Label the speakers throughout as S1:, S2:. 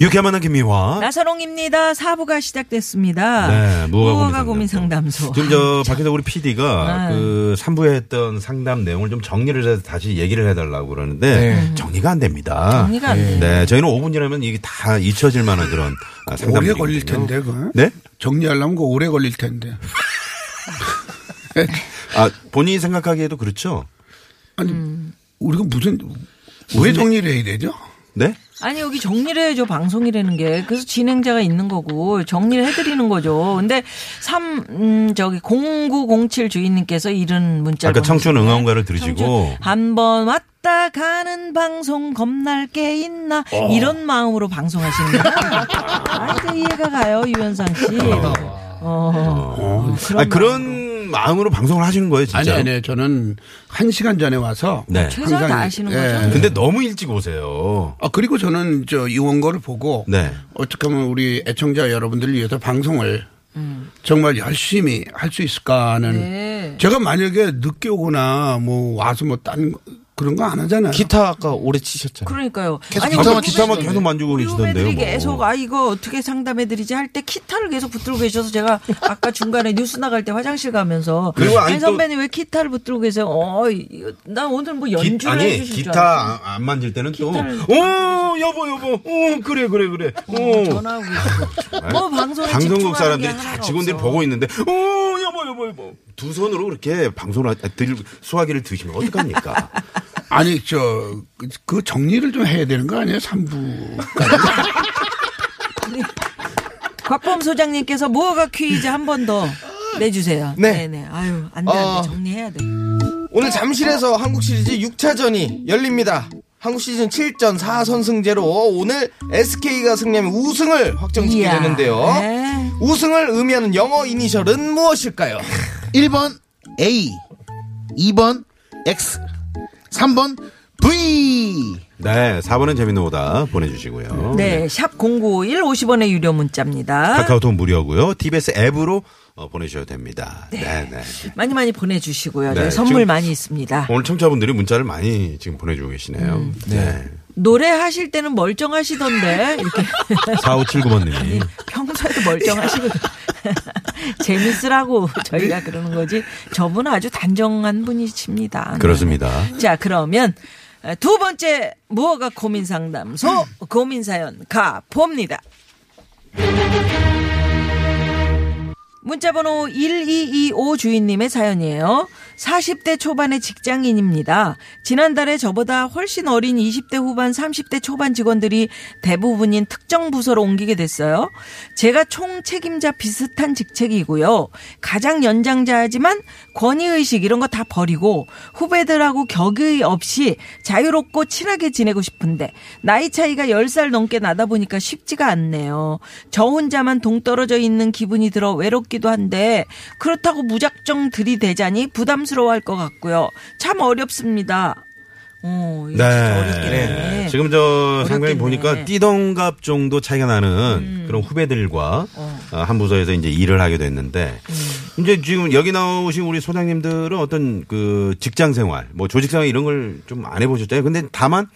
S1: 유쾌한 만남 김미화.
S2: 나선홍입니다. 사부가 시작됐습니다.
S1: 어? 네, 무허가
S2: 아, 무허가
S1: 고민
S2: 고민 상담소.
S1: 지금 저 밖에서 우리 PD가
S2: 네.
S1: 그 3부에 했던 상담 내용을 좀 정리를 해서 다시 얘기를 해달라고 그러는데
S3: 네.
S1: 정리가 안 됩니다.
S2: 음. 정리가 안 돼요.
S1: 네, 저희는 5분 지나면 이게 다 잊혀질 만한 그런 아, 상담.
S3: 오래 걸릴 텐데 그
S1: 네?
S3: 정리하려면 그 오래 걸릴 텐데
S1: 아 본인이 생각하기에도 그렇죠.
S3: 아니
S2: 음.
S3: 우리가 무슨 왜 정리를 해야 되죠?
S1: 네?
S2: 아니 여기 정리를 해줘 방송이라는 게 그래서 진행자가 있는 거고 정리를 해드리는 거죠. 근데 3 음, 저기 0907 주인님께서 이런 문자를
S1: 아까 청춘
S2: 보내주셨는데
S1: 응원가를 들으시고
S2: 청춘 한번 왔다 가는 방송 겁날 게 있나
S1: 어.
S2: 이런 마음으로 방송하시는 거아 이 이해가 가요 유현상 씨. 어.
S1: 그런, 아, 그런 마음으로 방송을 하시는 거예요, 진짜.
S3: 아니 아니 저는 한 시간 전에 와서
S1: 네.
S2: 최선을 다하시는
S3: 예.
S2: 거죠?
S1: 근데 너무 일찍 오세요.
S3: 아 그리고 저는 저 이원거를 보고
S1: 네.
S3: 어떻게 하면 우리 애청자 여러분들을 위해서 방송을 정말 열심히 할 수 있을까 하는
S2: 음. 네.
S3: 제가 만약에 늦게 오거나 뭐 와서 뭐 딴 그런 거 안 하잖아요.
S4: 기타 아까 오래 치셨잖아요.
S2: 그러니까요.
S4: 계속
S2: 아니,
S1: 기타만
S2: 우리
S1: 기타만
S2: 후배들이-
S1: 계속 만지고
S2: 우리
S1: 계시던데요,
S2: 후배들이
S1: 뭐.
S2: 계속 아 이거 어떻게 상담해드리지 할 때 기타를 계속 붙들고 계셔서 제가 아까 중간에 뉴스 나갈 때 화장실 가면서
S1: 그리고 아니,
S2: 아니
S1: 또-
S2: 선배님 왜 기타를 붙들고 계세요? 어, 이거- 나 오늘 뭐
S1: 기-
S2: 연주를
S1: 아니
S2: 해주실 줄 알았어요.
S1: 기타 안- 안 만질 때는
S2: 기타를- 어,
S1: 또 오 여보 여보 오 그래 그래 그래 오
S2: 전화하고 계시고 뭐 방송에
S1: 방송국
S2: 집중하는
S1: 사람들이
S2: 게
S1: 다
S2: 하나가
S1: 직원들이
S2: 없어.
S1: 보고 있는데 오 여보 여보 여보 두 손으로 그렇게 방송을 하- 들 수화기를 드시면 어떡합니까
S3: 아니 저 그 정리를 좀 해야 되는 거 아니에요? 3부
S2: 곽범 소장님께서 무허가 퀴즈 한 번 더 내주세요.
S4: 네.
S2: 네 아유 안돼 안돼
S4: 어.
S2: 정리해야 돼.
S4: 오늘 잠실에서 한국 시리즈 6차전이 열립니다. 한국 시즌 7전 4선승제로 오늘 SK가 승리하면 우승을 확정짓게
S2: 이야.
S4: 되는데요.
S2: 네.
S4: 우승을 의미하는 영어 이니셜은 무엇일까요?
S5: 1번 A, 2번 X, 3번 V.
S1: 네 4번은 재밌는 오다 보내주시고요
S2: 네, 샵 0951, 50원의 유료 문자입니다.
S1: 카카오톡 무료고요 TBS 앱으로 어, 보내주셔도 됩니다 네네
S2: 많이 많이 보내주시고요. 저희
S1: 네,
S2: 선물
S1: 지금-
S2: 많이 있습니다.
S1: 오늘 청취자분들이 문자를 많이 지금 보내주고 계시네요
S2: 음.
S1: 네
S2: 노래하실 때는 멀쩡하시던데 이렇게
S1: 4579번님
S2: 평소에도 멀쩡하시고 재밌으라고 저희가 그러는 거지. 저분은 아주 단정한 분이십니다.
S1: 그렇습니다
S2: 네. 자 그러면 두 번째 무허가 고민 상담소 고민 사연 가 봅니다. 문자번호 1225 주인님의 사연이에요. 40대 초반의 직장인입니다. 지난달에 저보다 훨씬 어린 20대 후반, 30대 초반 직원들이 대부분인 특정 부서로 옮기게 됐어요. 제가 총 책임자 비슷한 직책이고요. 가장 연장자지만 권위의식 이런 거 다 버리고 후배들하고 격의 없이 자유롭고 친하게 지내고 싶은데 나이 차이가 10살 넘게 나다 보니까 쉽지가 않네요. 저 혼자만 동떨어져 있는 기분이 들어 외롭기도 한데 그렇다고 무작정 들이대자니 부담스러워할 것 같고요. 참 어렵습니다. 어, 이거 진짜 어렵겠네.
S1: 네. 지금 저 상당히
S2: 어렵겠네. 음.
S1: 보니까 띠동갑 정도 차이가 나는 그런 후배들과 어, 한 부서에서 이제 일을 하게 됐는데
S2: 음.
S1: 이제 지금 여기 나오신 우리 소장님들은 어떤 그 직장 생활, 뭐 조직 생활 이런 걸 좀 안 해보셨잖아요. 근데 다만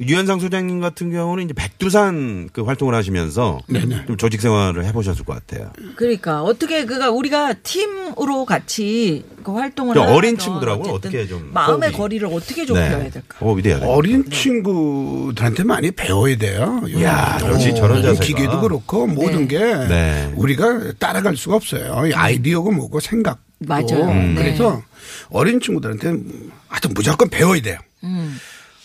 S1: 유현상 소장님 같은 경우는 이제 백두산 그 활동을 하시면서 좀 조직 생활을 해보셨을 것 같아요.
S2: 그러니까 어떻게 그가 우리가 팀으로 같이 그 활동을
S1: 좀 그러니까 어린
S2: 하던
S1: 친구들하고는
S2: 어쨌든
S1: 어떻게 좀
S2: 마음의
S1: 호흡이. 네.
S2: 거리를 어떻게 좁혀야 될까?
S1: 호흡이 돼야 돼요.
S3: 어린 친구들한테 많이 배워야 돼요.
S1: 이야,
S3: 요즘
S1: 역시 저런 자세가.
S3: 기계도 그렇고 모든 게
S1: 네.
S3: 우리가 따라갈 수가 없어요. 이 아이디어고 뭐고 생각.
S2: 맞아요. 음.
S3: 그래서 어린 친구들한테 하여튼 무조건 배워야 돼요.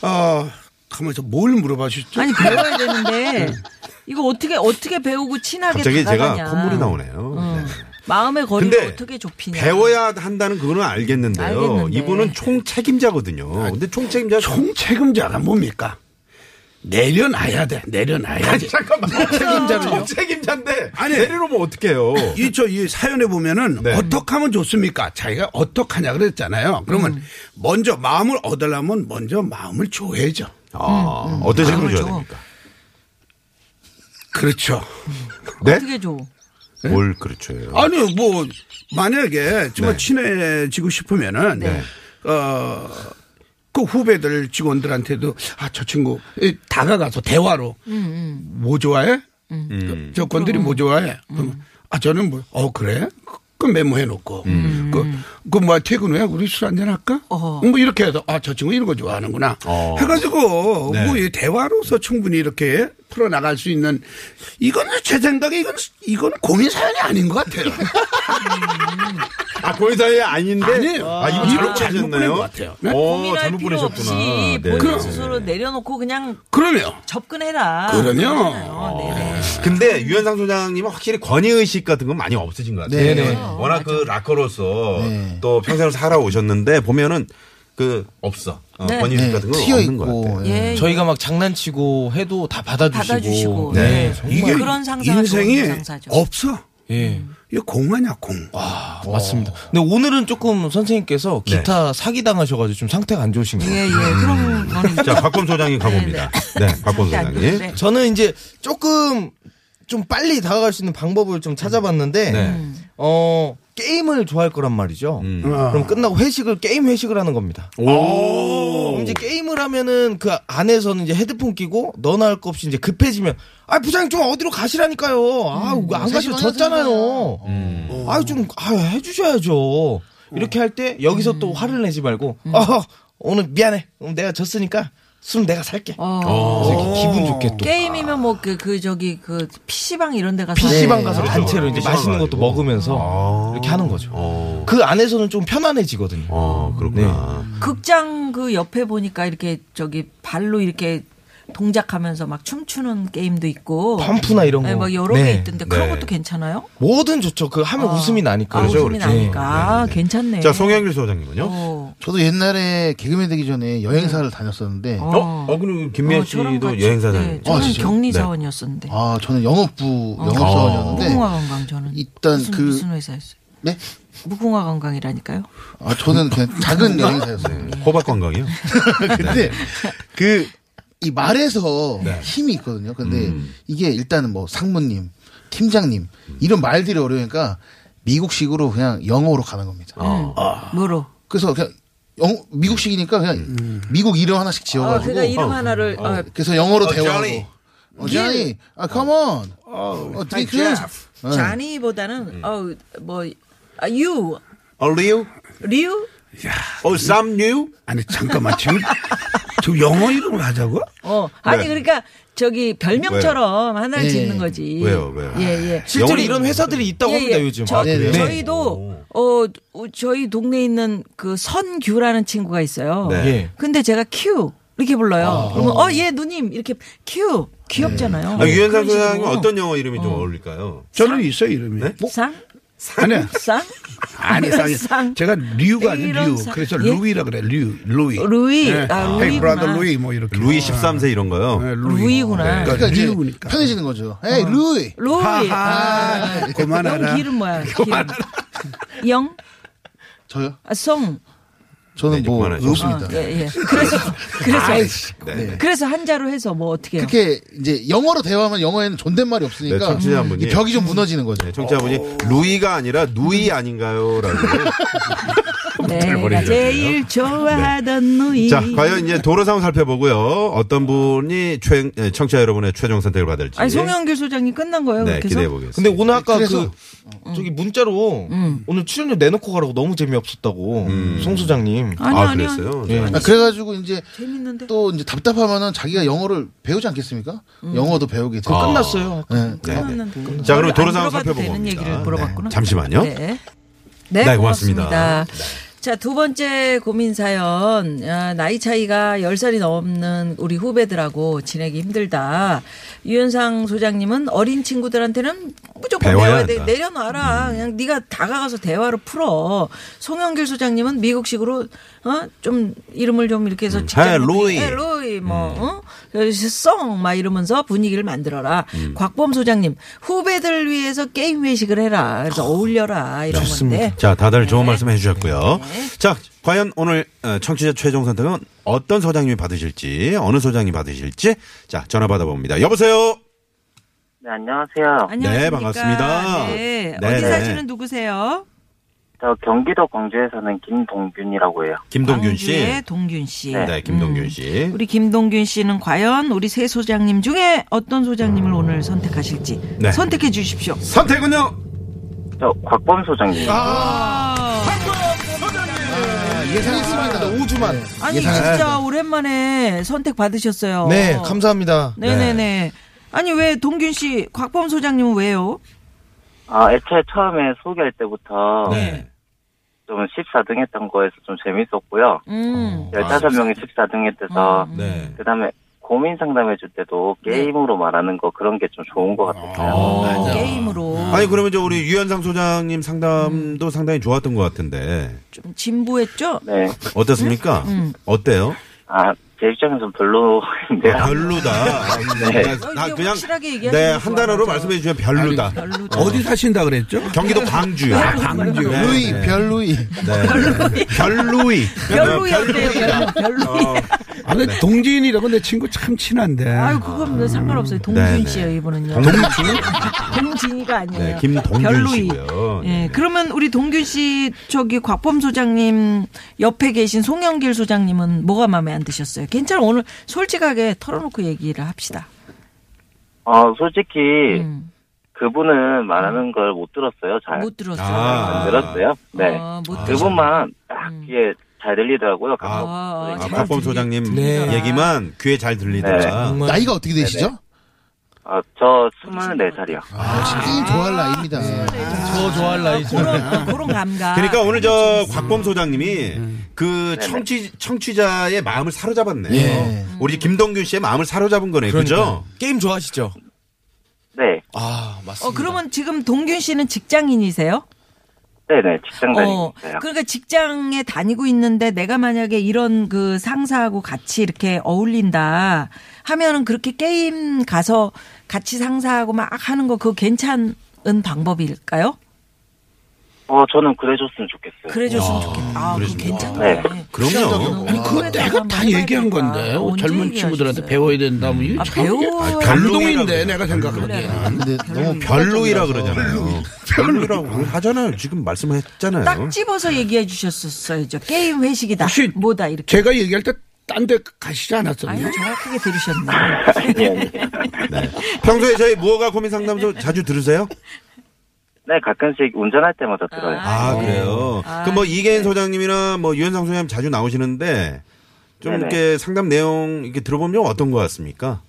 S3: 아, 가만히서 뭘 물어봐 주시죠?
S2: 음. 아니 네. 배워야 되는데 이거 어떻게 어떻게 배우고 친하게
S1: 갑자기 제가
S2: 다가가냐. 어.
S1: 콧물이 나오네요. 네.
S2: 마음의 거리를
S1: 근데
S2: 어떻게 좁히냐.
S1: 배워야 한다는 그거는 알겠는데요.
S2: 알겠는데. 아,
S1: 이분은 총 책임자거든요. 근데 총 책임자
S3: 총 책임자가 뭡니까? 내려놔야 돼. 내려놔야지.
S1: 잠깐만.
S3: 책임자는요?
S1: 책임자인데.
S3: 아니.
S1: 내려놓으면 어떡해요.
S3: 이저 이 사연에 보면은
S1: 네.
S3: 어떻게 하면 좋습니까? 자기가 어떻게 하냐 그랬잖아요. 그러면 먼저 마음을 얻으려면 먼저 마음을 줘야죠.
S1: 아, 어떤 식으로
S2: 마음을
S1: 줘야
S2: 줘.
S1: 됩니까?
S3: 그렇죠.
S1: 네?
S2: 어떻게 줘?
S1: 뭘 그렇죠. 요
S3: 아니 뭐 만약에
S1: 네.
S3: 정말 친해지고 싶으면은 어. 그 후배들 직원들한테도 아 저 친구 이, 다가가서 대화로 뭐 좋아해?
S1: 음.
S3: 저 건들이 뭐 좋아해?
S2: 음.
S3: 그럼 아 저는 뭐 어 그래? 그 메모해 놓고
S1: 음.
S3: 그그뭐 퇴근 후에 우리 술 한잔 할까?
S2: 어허.
S3: 뭐 이렇게 해서 아 저 친구 이런 거 좋아하는구나
S1: 어.
S3: 해가지고
S1: 네.
S3: 뭐이 대화로서 충분히 이렇게 풀어 나갈 수 있는 이건 제 생각에 이건 이건 고민 사연이 아닌 것 같아요.
S1: 아, 고의사이 아닌데?
S3: 아니에요.
S1: 아, 이거 잘못
S3: 잘못 보낸
S1: 보내셨네요.
S3: 것 같아요. 네?
S1: 어,
S2: 고민할
S1: 잘못
S2: 필요
S1: 보내셨구나.
S2: 없이
S1: 네.
S2: 본인
S1: 그럼.
S2: 스스로 내려놓고 그냥
S3: 그러면
S2: 접근해라.
S3: 그러면
S2: 네네.
S1: 근데 유현상 소장님은 확실히 권위의식 같은 건 많이 없으신 것 같아요.
S5: 네.
S1: 네. 워낙 그 락커로서 또 평생을 살아오셨는데 보면은 그 없어. 어,
S2: 네.
S1: 권위의식
S5: 네,
S1: 같은 건
S5: 트여
S1: 없는 것
S5: 있고.
S1: 같아요.
S5: 예.
S2: 예,
S4: 저희가 막 장난치고 해도 다 받아주시고.
S2: 받아주시고.
S1: 네.
S2: 네.
S3: 이게
S2: 그런 상사가
S3: 인생이
S2: 좋은 상사죠.
S3: 없어.
S4: 예.
S3: 이거 공 아니야 공.
S4: 아, 맞습니다. 근데 오늘은 조금 선생님께서
S1: 네.
S4: 기타 사기 당하셔가지고 좀 상태가 안 좋으신 것 같아요.
S2: 예, 예. 그럼 너는
S1: 자, 곽범 소장이 가봅니다. 네, 곽범
S2: 절대 안
S1: 소장님.
S2: 그래.
S4: 저는 이제 조금 좀 빨리 다가갈 수 있는 방법을 좀 찾아봤는데
S1: 네.
S4: 어 게임을 좋아할 거란 말이죠. 그럼 끝나고 회식을 게임 회식을 하는 겁니다. 그럼 이제 게임을 하면은 그 안에서는 이제 헤드폰 끼고 너나 할 거 없이 이제 급해지면 아 부장님 좀 어디로 가시라니까요. 아안 음, 가시면 졌잖아요. 아좀아 해주셔야죠. 이렇게 할 때 여기서 또 화를 내지 말고 어, 오늘 미안해. 그럼 내가 졌으니까 술 내가 살게.
S2: 어.
S4: 이렇게 기분 좋게 또
S2: 게임이면 뭐 그 그 저기 그 PC방 이런 데 가서
S4: PC방
S2: 네.
S4: 가서
S1: 그렇죠.
S4: 단체로 이제
S1: PC방
S4: 맛있는 것도
S1: 가지고.
S4: 먹으면서
S1: 아.
S4: 이렇게 하는 거죠.
S1: 어.
S4: 그 안에서는 좀 편안해지거든요.
S1: 어, 그렇구나.
S2: 극장 그 옆에 보니까 이렇게 저기 발로 이렇게 동작하면서 막 춤추는 게임도 있고
S4: 펌프나 이런 거.
S2: 네, 막 여러 개
S4: 네,
S2: 있던데 그런
S1: 네.
S2: 것도 괜찮아요?
S4: 뭐든 좋죠. 그 하면 웃음이 나니까.
S2: 아,
S1: 그렇죠,
S2: 웃음이
S1: 그렇죠.
S2: 나니까 아, 괜찮네.
S1: 자, 송영길 소장님은요?
S2: 어.
S5: 저도 옛날에 개그맨 되기 전에 여행사를 다녔었는데
S1: 어, 어, 그리고 김미아
S2: 어, 저랑
S1: 씨도
S2: 같이,
S1: 여행사 다니
S2: 네, 저는
S5: 진짜요?
S2: 격리
S1: 네.
S2: 사원이었었는데.
S5: 아 저는 영업부 영업사원이었는데
S2: 무궁화 관광 저는
S5: 일단
S2: 무슨,
S5: 그-
S2: 무슨 회사였어요?
S5: 네?
S2: 무궁화 관광이라니까요.
S5: 아 저는 그냥 작은 여행사였어요.
S1: 호박 관광이요?
S5: 근데 그 이 말에서 힘이 있거든요. 근데 이게 일단은 뭐 상무님, 팀장님 이런 말들이 어려우니까 미국식으로 그냥 영어로 가는 겁니다.
S2: 네. 뭐로?
S5: 그래서 그냥 영- 미국식이니까 그냥 미국 이름 하나씩
S2: 아,
S5: 지어가지고
S2: 그러니까 이름 하나를 아,
S5: 그래서 영어로
S1: Johnny.
S5: 대화하고. 어, 자니, 아, come on. 어, 드링크. 네.
S2: 아, 자니보다는 어뭐 아, 유
S1: 어, 리우?
S2: 리우
S1: 어, 쌈류?
S3: 아니 잠깐만 지금 지금 영어 이름을 하자고?
S2: 어 아니
S1: 네.
S2: 그러니까 저기 별명처럼 하나를
S5: 예.
S2: 짓는 거지.
S1: 왜요, 왜요?
S2: 예예.
S4: 실제로
S1: 영어로-
S4: 이런 회사들이 있다고 합니다, 요즘.
S2: 예, 저,
S4: 아, 그래요?
S2: 희도 어, 어, 저희 동네에 있는 그 선규라는 친구가 있어요.
S1: 네.
S4: 예.
S2: 근데 제가 큐 이렇게 불러요. 그러면 어 예 누님 이렇게 큐 귀엽잖아요.
S1: 아, 유현상
S2: 어, 그런 식으로.
S1: 소장님 어떤 영어 이름이 좀 어울릴까요?
S3: 저는 있어요 이름이. 뭐?
S1: 네?
S2: 쌍?
S3: 아니
S2: 쌍?
S3: 아니
S2: 쌍.
S3: 쌍이 제가 류가 아닌
S2: 이런
S3: 류.
S2: 쌍.
S3: 그래서
S2: 예?
S3: 루이라 그래 류 루이.
S2: 루이. 아, 루이구나.
S3: 헤이 브라더 루이 뭐 이렇게.
S1: 루이 13세 이런 거요?
S3: 네,
S2: 루이구나.
S3: 그러니까
S5: 그러니까 이제
S3: 류니까.
S5: 편해지는 거죠. 에이, 루이.
S2: 로이.
S3: 하하.
S2: 아,
S3: 그만하라.
S2: 영 기름 뭐야? 기름. 영?
S5: 저요?
S2: 아, 송.
S5: 저는
S1: 네,
S5: 뭐,
S1: 그만하죠.
S2: 어,
S5: 없습니다.
S2: 예, 예. 그래서 그래서
S1: 네.
S2: 그래서 한자로 해서 뭐 어떻게 해요?
S5: 그렇게 이제 영어로 대화하면 영어에는 존댓말이
S1: 네,
S5: 없으니까
S1: 청취자 한
S5: 이
S1: 분이.
S5: 벽이 좀 무너지는 거죠.
S1: 네, 청취자분이 루이가 아니라 누이 아닌가요? 라고.
S2: 네, 내가 제일 좋아하던 누이.
S1: 네. 자, 과연 이제 도로 상황 살펴보고요. 어떤 분이 최, 예, 청취자 여러분의 최종 선택을 받을지.
S2: 아니 송영길 소장님 끝난 거예요,
S1: 네,
S2: 그렇게 해서?
S1: 기대해 보겠습니다.
S4: 근데 오늘 아까 그
S5: 그래서-
S2: 음.
S4: 저기 문자로 오늘 출연료 내놓고 가라고 너무 재미없었다고
S1: 음.
S4: 송 소장님.
S2: 아니
S1: 아,
S2: 아니요.
S1: 그랬어요?
S4: 예.
S5: 아, 그래가지고 이제
S2: 재밌는데.
S5: 또 이제 답답하면은 자기가 영어를 배우지 않겠습니까? 영어도 배우게 되고.
S1: 아.
S4: 끝났어요.
S5: 네.
S2: 끝났는데.
S1: 자, 그럼
S2: 안
S1: 도로 상황
S2: 물어봐도
S1: 살펴보고.
S2: 되는
S1: 옵니다.
S2: 얘기를 물어봤구나.
S1: 네, 잠시만요.
S2: 네. 네,
S1: 네,
S2: 고맙습니다.
S1: 고맙습니다.
S2: 자, 두 번째 고민 사연. 아, 나이 차이가 10살이 넘는 우리 후배들하고 지내기 힘들다. 유현상 소장님은 어린 친구들한테는 무조건
S1: 배워야
S2: 배워야 돼.
S1: 한다. 음.
S2: 내려놔라. 그냥 네가 다가가서 대화로 풀어. 송영길 소장님은 미국식으로 어? 좀 이름을 좀 이렇게 해서 직장
S1: 헤이, 음. 로이.
S2: 헤이, 로이
S1: 음.
S2: 뭐 어? 썽막 이러면서 분위기를 만들어라.
S1: 음.
S2: 곽범 소장님 후배들 위해서 게임 회식을 해라. 그래서
S1: 아,
S2: 어울려라 이런 건데.
S1: 자, 다들
S2: 네.
S1: 좋은 말씀 해주셨고요. 자, 과연 오늘 어, 청취자 최종 선택은 어떤 소장님이 받으실지, 어느 소장이 받으실지, 자, 전화 받아봅니다. 여보세요?
S6: 네, 안녕하세요.
S2: 안녕하십니까.
S1: 네, 반갑습니다.
S2: 네.
S1: 네,
S2: 어디
S1: 네.
S2: 사시는 누구세요?
S6: 저 경기도 광주에 사는 김동균이라고 해요.
S1: 김동균 씨.
S2: 광주의 동균 씨.
S1: 네, 김동균 씨.
S2: 아, 예. 음. 우리 김동균 씨는 과연 우리 세 소장님 중에 어떤 소장님을 오늘 선택하실지
S1: 네.
S2: 선택해 주십시오.
S1: 선택은요?
S6: 저 곽범 소장님.
S1: 아.
S5: 예상했습니다.
S4: 5주만.
S2: 아니 진짜 오랜만에 선택 받으셨어요.
S4: 네, 감사합니다.
S2: 네네네. 아니 왜 동균 씨, 곽범 소장님은 왜요?
S6: 아, 애초에 처음에 소개할 때부터
S1: 네.
S6: 좀 14등 했던 거에서 좀 재밌었고요.
S1: 아,
S2: 음.
S6: 15명이 14등 했대서,
S1: 네.
S6: 그 다음에 고민 상담해 줄 때도 게임으로 말하는 거 그런 게 좀 좋은 것 같아요.
S1: 어.
S2: 게임으로
S1: 아니, 그러면 저 우리 유현상 소장님
S2: 음.
S1: 상담도 상당히 좋았던 것 같은데.
S2: 좀 진부했죠?
S6: 네.
S1: 어땠습니까?
S2: 음,
S1: 어때요?
S6: 아, 제 입장에서는 별로인데요.
S1: 아, 별로다. 나,
S2: 어, 이게
S1: 그냥
S2: 확실하게 얘기하시는
S1: 네,
S2: 게
S1: 한 단어로
S2: 좋아요.
S1: 말씀해 주면 별로다.
S2: 별로다.
S3: 어디 사신다 그랬죠?
S1: 경기도 광주.
S3: 광주.
S1: 네.
S5: 루이 별루이.
S1: 네. 별루이.
S2: 별로이 어때요? 별로이.
S3: 아,
S2: 네.
S3: 근데 동진이라고 내 친구 참 친한데.
S2: 아유 그건 뭐 상관없어요.
S1: 네,
S2: 동균
S1: 네.
S2: 씨예요 이분은요.
S1: 동균?
S2: 동진이가 아니에요.
S1: 네, 김동균
S2: 별로이.
S1: 씨고요.
S2: 예,
S1: 네.
S2: 그러면 우리 동균 씨 저기 곽범 소장님 옆에 계신 송영길 소장님은 뭐가 마음에 안 드셨어요? 괜찮아 오늘 솔직하게 털어놓고 얘기를 합시다.
S6: 어, 솔직히
S2: 음.
S6: 그분은 말하는 걸 못 들었어요, 잘.
S2: 못 들었어요.
S1: 음. 아.
S6: 안 들었어요? 네.
S2: 어, 못 들었어요. 음.
S6: 그분만 딱 귀에 잘 들리더라고요.
S1: 아,
S2: 아,
S1: 아,
S2: 잘
S1: 박범
S2: 들리-
S1: 소장님
S2: 들리더라.
S1: 얘기만 귀에 잘 들리더라.
S6: 네. 음.
S4: 정말.
S5: 나이가 어떻게
S1: 네,
S5: 되시죠?
S6: 아, 저 24살이요.
S5: 아, 역시 게임 좋아할 나이입니다.
S1: 네.
S4: 저 좋아할 나이죠.
S2: 그런 또 그런 감각.
S1: 그러니까 오늘 저 곽범 소장님이 그 청취 청취자의 마음을 사로잡았네요.
S5: 예.
S1: 우리 김동균 씨의 마음을 사로잡은 거네. 요 그죠?
S4: 게임 좋아하시죠?
S6: 네.
S4: 아, 맞습니다.
S2: 어 그러면 지금 동균 씨는 직장인이세요?
S6: 네네, 직장 다니고
S2: 어,
S6: 있어요.
S2: 그러니까 직장에 다니고 있는데 내가 만약에 이런 그 상사하고 같이 이렇게 어울린다 하면은 그렇게 게임 가서 같이 상사하고 막 하는 거 그거 괜찮은 방법일까요?
S6: 어, 저는 그래줬으면 좋겠어요.
S2: 그래 줬으면 좋겠다. 아, 그거
S1: 그러셨구나.
S2: 괜찮네. 어,
S6: 네.
S1: 그럼요.
S3: 뭐 아니, 그거 내가 다 얘기한 건데. 어, 젊은 친구들한테 배워야 된다. 뭐, 이게
S2: 아,
S3: 참
S2: 배워.
S3: 감동인데,
S1: 네.
S3: 내가 생각하기에.
S5: 근데 너무
S1: 별로이라 그러잖아요. 음, 별로라고 하잖아요. 지금 말씀했잖아요.
S2: 딱 집어서 얘기해 주셨었어야죠. 게임 회식이다.
S3: 혹시
S2: 뭐다 이렇게.
S3: 제가 얘기할 때 딴 데 가시지
S2: 아니,
S3: 않았었나요?
S2: 정확하게 들으셨네.
S6: 아니, 아니.
S1: 평소에 저희 무허가 고민 상담소 자주 들으세요?
S6: 네, 가끔씩 운전할 때마다 들어요.
S1: 아, 그래요. 그럼 뭐 이계인 소장님이나 뭐 유현상 소장님 자주 나오시는데 좀
S6: 네네.
S1: 이렇게 상담 내용 이렇게 들어보면 어떤 것 같습니까?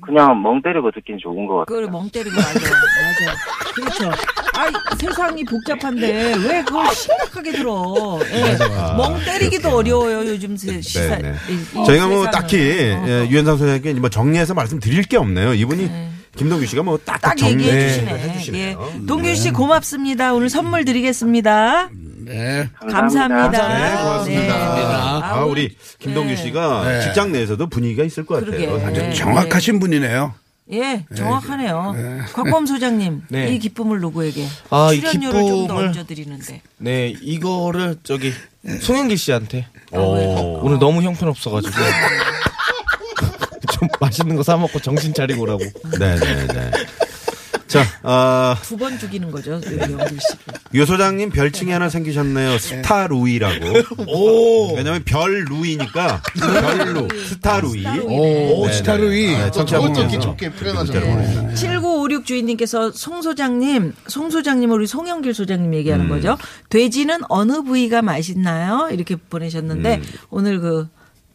S6: 그냥 멍 때리고 듣긴 좋은 것 같아요.
S2: 그걸 멍 때리고 맞아. 맞아. 그렇죠. 아이, 세상이 복잡한데 왜 그걸 심각하게 들어. 예. 멍 때리기도 어려워요, 요즘 세, 그 시사.
S1: 네, 네.
S2: 이- 이
S1: 저희가 뭐
S2: 세상은.
S1: 딱히
S2: 어,
S1: 예, 유현상 소장님께 뭐 정리해서 말씀드릴 게 없네요. 이분이 김동규 씨가 뭐 딱딱
S2: 딱
S1: 정리해
S2: 얘기해
S1: 해
S2: 주시네.
S1: 주시네요.
S2: 예. 동균 씨 고맙습니다. 오늘 선물 드리겠습니다.
S3: 네.
S2: 감사합니다.
S1: 네, 고맙습니다.
S2: 네.
S1: 아, 우리 김동규 씨가 직장 내에서도 분위기가 있을 것 같아요.
S2: 그러게.
S1: 아주
S2: 네.
S3: 정확하신 분이네요.
S2: 예, 정확하네요. 곽범 소장님,
S4: 네.
S2: 이 기쁨을 누구에게?
S4: 아, 이
S2: 출연료를 좀 더
S4: 기쁨을-
S2: 얹어드리는데.
S4: 네, 이거를 저기 송영길 씨한테
S2: 아,
S1: 오.
S4: 오늘 너무 형편없어가지고 좀 맛있는 거 사 먹고 정신 차리고 오라고.
S1: 네, 네, 네. 자, 아,
S2: 두 번 죽이는 거죠, 영길 씨.
S1: 유 소장님 별칭이 하나 생기셨네요. 스타 루이라고.
S4: 오,
S1: 왜냐면 별 루이니까 별루 스타 루이.
S2: 아, 예. 네.
S1: 네,
S3: 오, 스타루이.
S1: 아,
S5: 저것도 이렇게
S1: 그
S5: 좋게 표현하잖아요.
S2: 7956 주인님께서 송 소장님, 송 소장님 우리 송영길 소장님 얘기하는
S1: 음.
S2: 거죠. 돼지는 어느 부위가 맛있나요? 이렇게 보내셨는데 오늘 그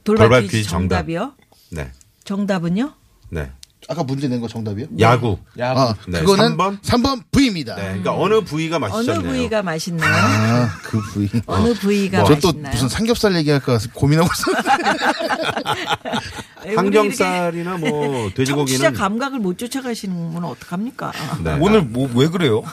S2: 돌발
S1: 음. 돌발
S2: 퀴즈
S1: 퀴즈 정답.
S2: 정답이요.
S1: 네.
S2: 정답은요?
S1: 네.
S5: 아까 문제 낸 거 정답이요?
S1: 야구.
S4: 야구.
S5: 아,
S1: 네,
S5: 그거는
S1: 삼 번?
S5: 3번 V입니다.
S1: 네, 그러니까 어느 부위가
S2: 음. 어느
S1: 맛있었네요.
S2: 부위가 맛있나요?
S5: 아, 그 V.
S2: 어느 부위가
S1: 뭐,
S5: 저 또
S2: 맛있나요?
S5: 무슨 삼겹살 얘기할 까 고민하고 있었는데.
S2: 에이, 예, 우리
S1: 항정살이나 뭐
S2: 이렇게 청취자
S1: 돼지고기는
S2: 감각을 못 쫓아가시는 분은 어떡합니까?
S1: 네.
S4: 오늘 뭐 왜 그래요?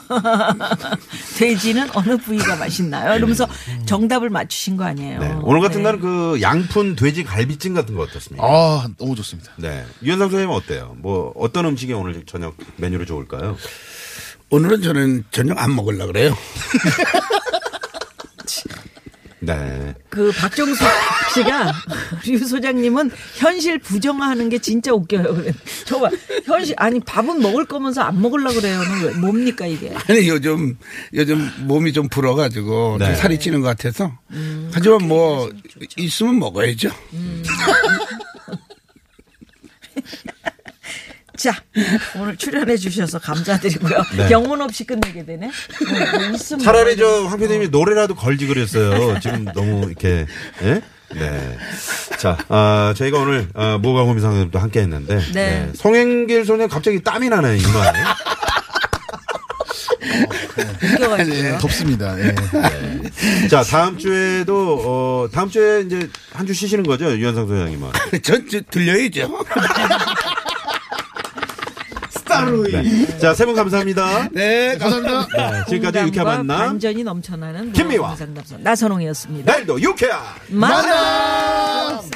S2: 돼지는 어느 부위가 맛있나요? 이러면서 정답을 맞추신 거 아니에요?
S1: 음. 네. 오늘 같은
S2: 네.
S1: 날은 그 양푼 돼지 갈비찜 같은 거 어떻습니까?
S5: 아, 너무 좋습니다.
S1: 네. 유현상 선생님은 어때요? 뭐 어떤 음식이 오늘 저녁 메뉴로 좋을까요?
S3: 오늘은 저는 저녁 안 먹으려고 그래요.
S1: 네.
S2: 그 박정수 씨가 류 소장님은 현실 부정화하는 게 진짜 웃겨요. 그래. 저봐 현실 아니 밥은 먹을 거면서 안 먹으려 그래요는 왜, 뭡니까 이게?
S3: 아니 요즘 요즘 몸이 좀 불어가지고
S1: 네.
S3: 좀 살이 찌는 것 같아서 하지만 뭐 있으면 먹어야죠.
S2: 자 오늘 출연해 주셔서 감사드리고요. 영혼 없이 끝내게 되네. 뭐, 뭐 있으면
S1: 네. 차라리
S2: 먹어야지.
S1: 저황 PD님이 노래라도 걸지 그랬어요. 지금 너무 이렇게 예? 네. 자, 아, 저희가 오늘 아, 무가 고민상도 함께 했는데
S2: 네.
S1: 송행길 소년 갑자기 땀이 나네, 이마에. 네,
S2: 웃겨가지고요.
S5: 덥습니다. 예.
S1: 자, 다음 주에도 어, 다음 주에 이제 한 주 쉬시는 거죠, 유현상 소장님은.
S3: 전, 저 들려야죠.
S1: 네. 자, 세 분 감사합니다.
S3: 네,
S5: 감사합니다.
S1: 네, 지금까지 유쾌한
S2: 공감과
S1: 만남.
S2: 반전이 넘쳐나는
S1: 김미화. 네.
S2: 상담소 나선홍이었습니다.
S1: 날도 유쾌한.
S2: 만남.